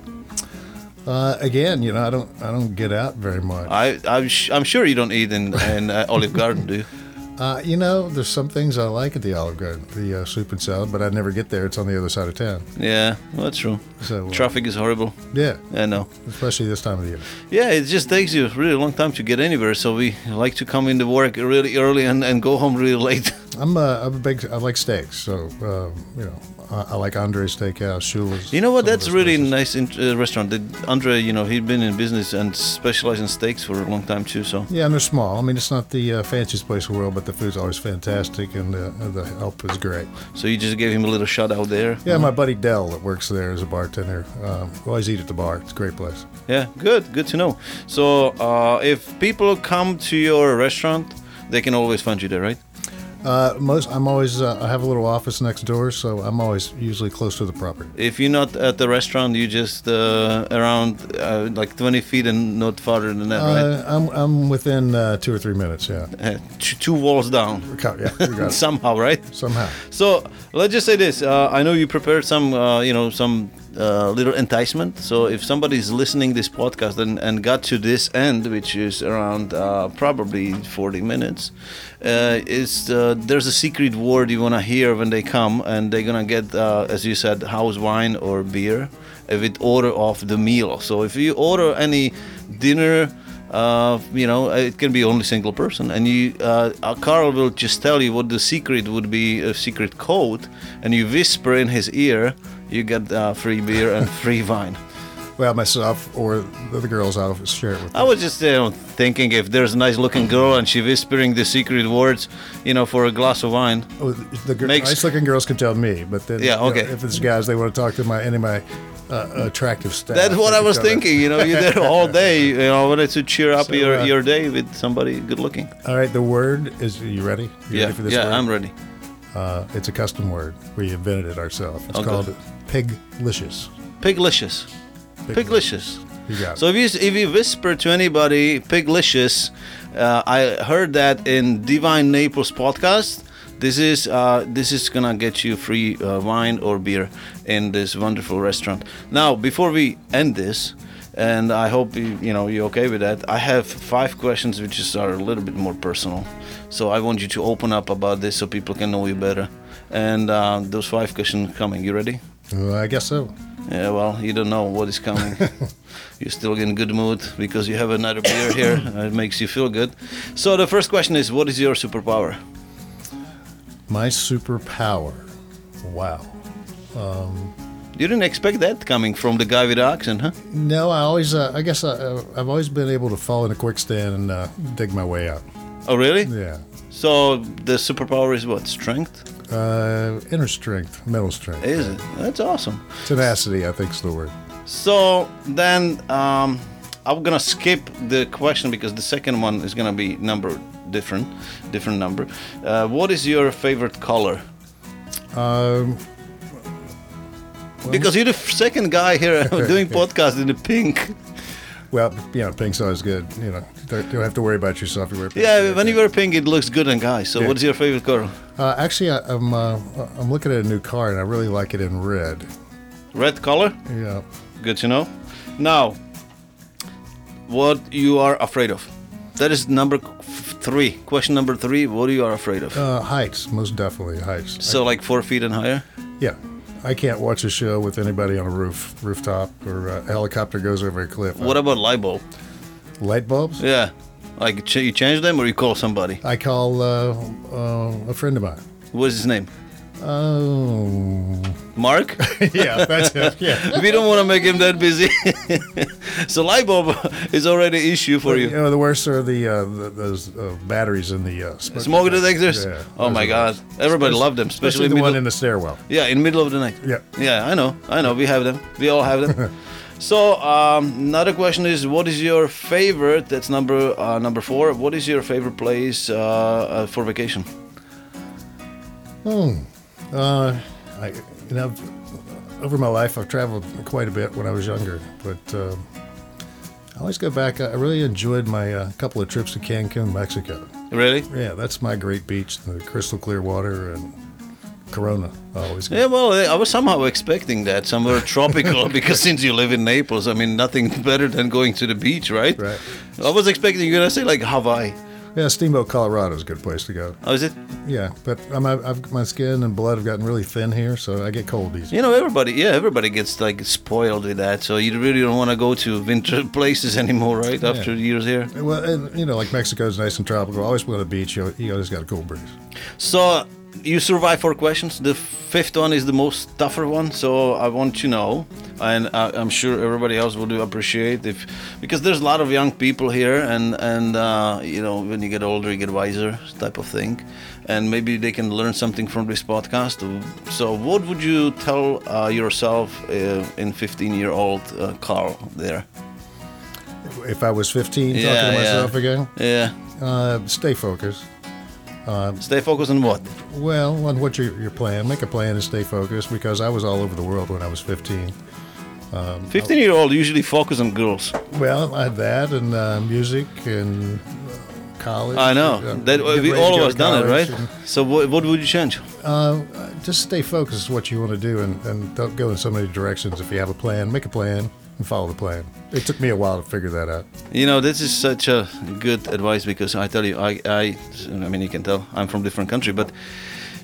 Speaker 2: Uh, again, you know, I don't I don't get out very much.
Speaker 3: I, I'm, sh- I'm sure you don't eat in, in uh, Olive Garden, do you?
Speaker 2: Uh, you know, there's some things I like at the Olive Garden, the uh, soup and salad, but I never get there. It's on the other side of town.
Speaker 3: Yeah, that's true.
Speaker 2: So uh,
Speaker 3: Traffic is horrible.
Speaker 2: Yeah,
Speaker 3: I know.
Speaker 2: especially this time of the year.
Speaker 3: Yeah, it just takes you a really long time to get anywhere. So we like to come into work really early and, and go home really late. [LAUGHS]
Speaker 2: I'm a, I'm a big I like steaks, so uh, you know I, I like Andre's Steakhouse, Shula's.
Speaker 3: You know what?
Speaker 2: some of
Speaker 3: That's
Speaker 2: those
Speaker 3: really
Speaker 2: places.
Speaker 3: nice in- uh, restaurant. That Andre, you know, he'd been in business and specialized in steaks for a long time too. So
Speaker 2: Yeah, and they're small. I mean, it's not the uh, fanciest place in the world, but the food's always fantastic, and the, and the help is great.
Speaker 3: So you just gave him a little shout out there.
Speaker 2: Yeah, my buddy Dell that works there is a bartender. Um, we always eat at the bar. It's a great place.
Speaker 3: Yeah, good, good to know. So uh, if people come to your restaurant, they can always find you there, right?
Speaker 2: Uh, most I'm always uh, I have a little office next door, so I'm always usually close to the property.
Speaker 3: If you're not at the restaurant, you just uh, around uh, like 20 feet and not farther than that, right?
Speaker 2: Uh, I'm I'm within uh, two or three minutes.
Speaker 3: [LAUGHS]
Speaker 2: Yeah,
Speaker 3: Uh, t- two walls down,
Speaker 2: Co- yeah, we got it.
Speaker 3: [LAUGHS] somehow, right?
Speaker 2: somehow.
Speaker 3: So let's just say this. Uh, I know you prepared some, uh, you know, some uh, little enticement. So if somebody's listening this podcast and, and got to this end, which is around uh, probably 40 minutes, uh, is uh, there's a secret word you wanna hear when they come, and they're gonna get, uh, as you said, house wine or beer, if it order of the meal. So if you order any dinner uh, you know, it can be only single person, and you, uh, uh, Carl will just tell you what the secret would be, a secret code, and you whisper in his ear, you get uh, free beer and [LAUGHS] free wine.
Speaker 2: Well, myself or the the girls, I'll share it with.
Speaker 3: I was just you know, thinking if there's a nice looking girl and she whispering the secret words, you know, for a glass of wine.
Speaker 2: Oh, the gir-
Speaker 3: Makes-
Speaker 2: nice-looking girls can tell me, but then
Speaker 3: Yeah,
Speaker 2: you know,
Speaker 3: okay.
Speaker 2: if it's guys, they want to talk to my any of my uh, attractive staff.
Speaker 3: That's what
Speaker 2: they
Speaker 3: I
Speaker 2: can
Speaker 3: was
Speaker 2: tell that.
Speaker 3: thinking.
Speaker 2: [LAUGHS]
Speaker 3: You know, you're there all day. You know, I wanted to cheer up
Speaker 2: So,
Speaker 3: your,
Speaker 2: uh,
Speaker 3: your day with somebody good looking.
Speaker 2: All right, the word is. Are you ready? You
Speaker 3: yeah,
Speaker 2: ready for this
Speaker 3: yeah,
Speaker 2: word?
Speaker 3: I'm ready.
Speaker 2: Uh, it's a custom word. We invented it ourselves. It's
Speaker 3: Oh,
Speaker 2: called
Speaker 3: good.
Speaker 2: piglicious.
Speaker 3: Piglicious. Piglicious.
Speaker 2: You got it.
Speaker 3: So if you if you whisper to anybody "piglicious," uh, I heard that in Divine Naples podcast. This is uh, this is gonna get you free uh, wine or beer in this wonderful restaurant. Now, before we end this, and I hope you you know you're okay with that. I have five questions which is are a little bit more personal, so I want you to open up about this so people can know you better. And uh, those five questions coming. You ready?
Speaker 2: Uh, I guess so.
Speaker 3: Yeah, well, you don't know what is coming. You're still in good mood because you have another beer here. and It makes you feel good. So the first question is, what is your superpower?
Speaker 2: My superpower. Wow.
Speaker 3: You didn't expect that coming from the guy with the oxen, huh?
Speaker 2: No, I always. Uh, I guess I, uh, I've always been able to fall in a quicksand and uh, dig my way out.
Speaker 3: Oh, really?
Speaker 2: Yeah.
Speaker 3: So the superpower is what? Strength?
Speaker 2: Uh, inner strength, mental strength,
Speaker 3: Is it? That's awesome.
Speaker 2: tenacity. I think's the word.
Speaker 3: So then um, I'm gonna skip the question because the second one is gonna be number different, different number. Uh, what is your favorite color?
Speaker 2: Um,
Speaker 3: Because you're the second guy
Speaker 2: [LAUGHS]
Speaker 3: here doing podcast in the pink.
Speaker 2: Well, you know, pink's always good. You know, don't don't have to worry about yourself. You wear pink.
Speaker 3: [LAUGHS] Yeah, when you wear pink, it looks good on guys. So,
Speaker 2: Yeah.
Speaker 3: what's your favorite color?
Speaker 2: Uh, actually, I, I'm uh, I'm looking at a new car, and I really like it in red.
Speaker 3: Red color.
Speaker 2: Yeah.
Speaker 3: Good to know. Now, what you are afraid of? That is number c- f- three. Question number three: What you are afraid of?
Speaker 2: Uh, heights, most definitely heights.
Speaker 3: so, like four feet and higher.
Speaker 2: yeah. I can't watch a show with anybody on a roof, rooftop, or uh, a helicopter goes over a cliff.
Speaker 3: What about light bulb?
Speaker 2: Light bulbs?
Speaker 3: Yeah, like ch- you change them or you call somebody.
Speaker 2: I call uh, uh, a friend of mine.
Speaker 3: What's his name?
Speaker 2: Oh, [LAUGHS]
Speaker 3: Mark.
Speaker 2: yeah, that's it.
Speaker 3: [LAUGHS]
Speaker 2: Yeah.
Speaker 3: we don't want to make him that busy. [LAUGHS] so light bulb [LAUGHS] is already issue for
Speaker 2: You
Speaker 3: you.
Speaker 2: know, the worst are the, uh, the those uh, batteries in the uh, smoke,
Speaker 3: Smoke detectors.
Speaker 2: Yeah,
Speaker 3: oh
Speaker 2: those
Speaker 3: my
Speaker 2: are
Speaker 3: God!
Speaker 2: the-
Speaker 3: Everybody loved them,
Speaker 2: Especially
Speaker 3: especially,
Speaker 2: the
Speaker 3: middle.
Speaker 2: one in the stairwell.
Speaker 3: yeah, in middle of the night.
Speaker 2: Yeah.
Speaker 3: Yeah, I know. I know. We have them. We all
Speaker 2: [LAUGHS]
Speaker 3: have them. so um, another question is, what is your favorite? That's number uh, number four. What is your favorite place uh, uh, for vacation?
Speaker 2: Uh, I, you know, I've- over my life, I've traveled quite a bit when I was younger, but um I always go back. I really enjoyed my uh, couple of trips to Cancun, Mexico.
Speaker 3: Really?
Speaker 2: Yeah, that's my great beach, the crystal clear water and Corona. I always go.
Speaker 3: Yeah, well, I was somehow expecting that somewhere tropical [LAUGHS] because since you live in Naples, I mean, nothing [LAUGHS] better than going to the beach, right?
Speaker 2: Right.
Speaker 3: I was expecting you're gonna say like Hawaii.
Speaker 2: Yeah, Steamboat, Colorado is a good place to go.
Speaker 3: How is it?
Speaker 2: Yeah, but I'm, I've, I've, my skin and blood have gotten really thin here, so I get cold easy.
Speaker 3: You know, everybody, yeah, everybody gets like spoiled with that. So you really don't want to go to winter [LAUGHS] places anymore, right? After years here.
Speaker 2: Well, and, you know, like Mexico's nice and tropical. Always go to the beach. You, you always got a cool breeze.
Speaker 3: So you survive four questions. The fifth one is the most tougher one. So I want to know, and I, I'm sure everybody else would appreciate if, because there's a lot of young people here, and and uh, you know when you get older you get wiser type of thing, and maybe they can learn something from this podcast. So what would you tell uh, yourself uh, in 15 year old uh, Carl there?
Speaker 2: If I was 15, talking
Speaker 3: Yeah,
Speaker 2: to
Speaker 3: yeah.
Speaker 2: myself again,
Speaker 3: Yeah.
Speaker 2: uh, stay focused. Um,
Speaker 3: Stay focused on what?
Speaker 2: Well, on what your, your plan, make a plan and stay focused because I was all over the world when I was 15.
Speaker 3: 15 year old usually focus on girls.
Speaker 2: Well, I had that and uh, music and uh, college.
Speaker 3: I know.
Speaker 2: Uh,
Speaker 3: that
Speaker 2: get ready
Speaker 3: we
Speaker 2: to
Speaker 3: all of
Speaker 2: go to
Speaker 3: us done it,
Speaker 2: college [LAUGHS]
Speaker 3: right?
Speaker 2: and,
Speaker 3: So what, what would you change?
Speaker 2: uh, just stay focused what you want to do and, and don't go in so many directions. If you have a plan, make a plan and follow the plan. It took me a while to figure that out.
Speaker 3: You know, this is such a good advice because I tell you, I, I, I mean, you can tell I'm from different country, but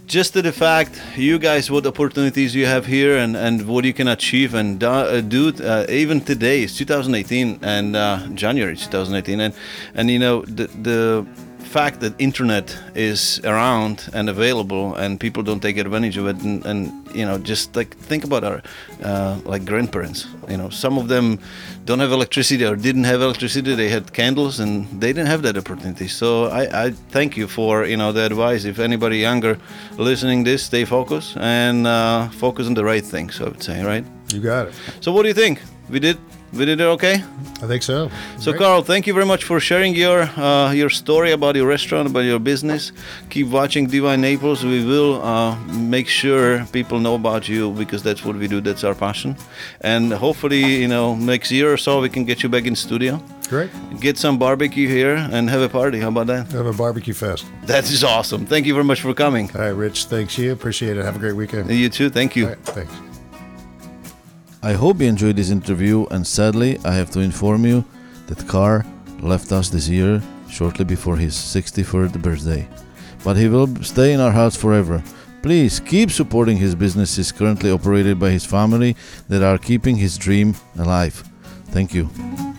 Speaker 3: just to the fact, you guys, what opportunities you have here and, and what you can achieve and do, uh, do uh, even today is 2018 and uh, January 2018, and and you know the the fact that internet is around and available and people don't take advantage of it and, and you know just like think about our uh, like grandparents you know some of them don't have electricity or didn't have electricity they had candles and they didn't have that opportunity so i, I thank you for you know the advice if anybody younger listening this stay focused and uh, focus on the right things i would say right
Speaker 2: You got it.
Speaker 3: so what do you think we did we did it okay
Speaker 2: I think so.
Speaker 3: so,
Speaker 2: Great.
Speaker 3: Carl, thank you very much for sharing your uh, your story about your restaurant, about your business. Keep watching Divine Naples. We will uh, make sure people know about you because that's what we do. That's our passion, and hopefully, you know, next year or so we can get you back in studio,
Speaker 2: Great.
Speaker 3: get some barbecue here, and have a party. How about that?
Speaker 2: Have a barbecue fest.
Speaker 3: That is awesome. Thank you very much for coming.
Speaker 2: All right, Rich. Thanks you. Appreciate it. Have a great weekend.
Speaker 3: You too. Thank you.
Speaker 2: All right. Thanks.
Speaker 1: I hope you enjoyed this interview, and sadly, I have to inform you that Carr left us this year shortly before his 63rd birthday. But he will stay in our hearts forever. Please keep supporting his businesses currently operated by his family that are keeping his dream alive. Thank you.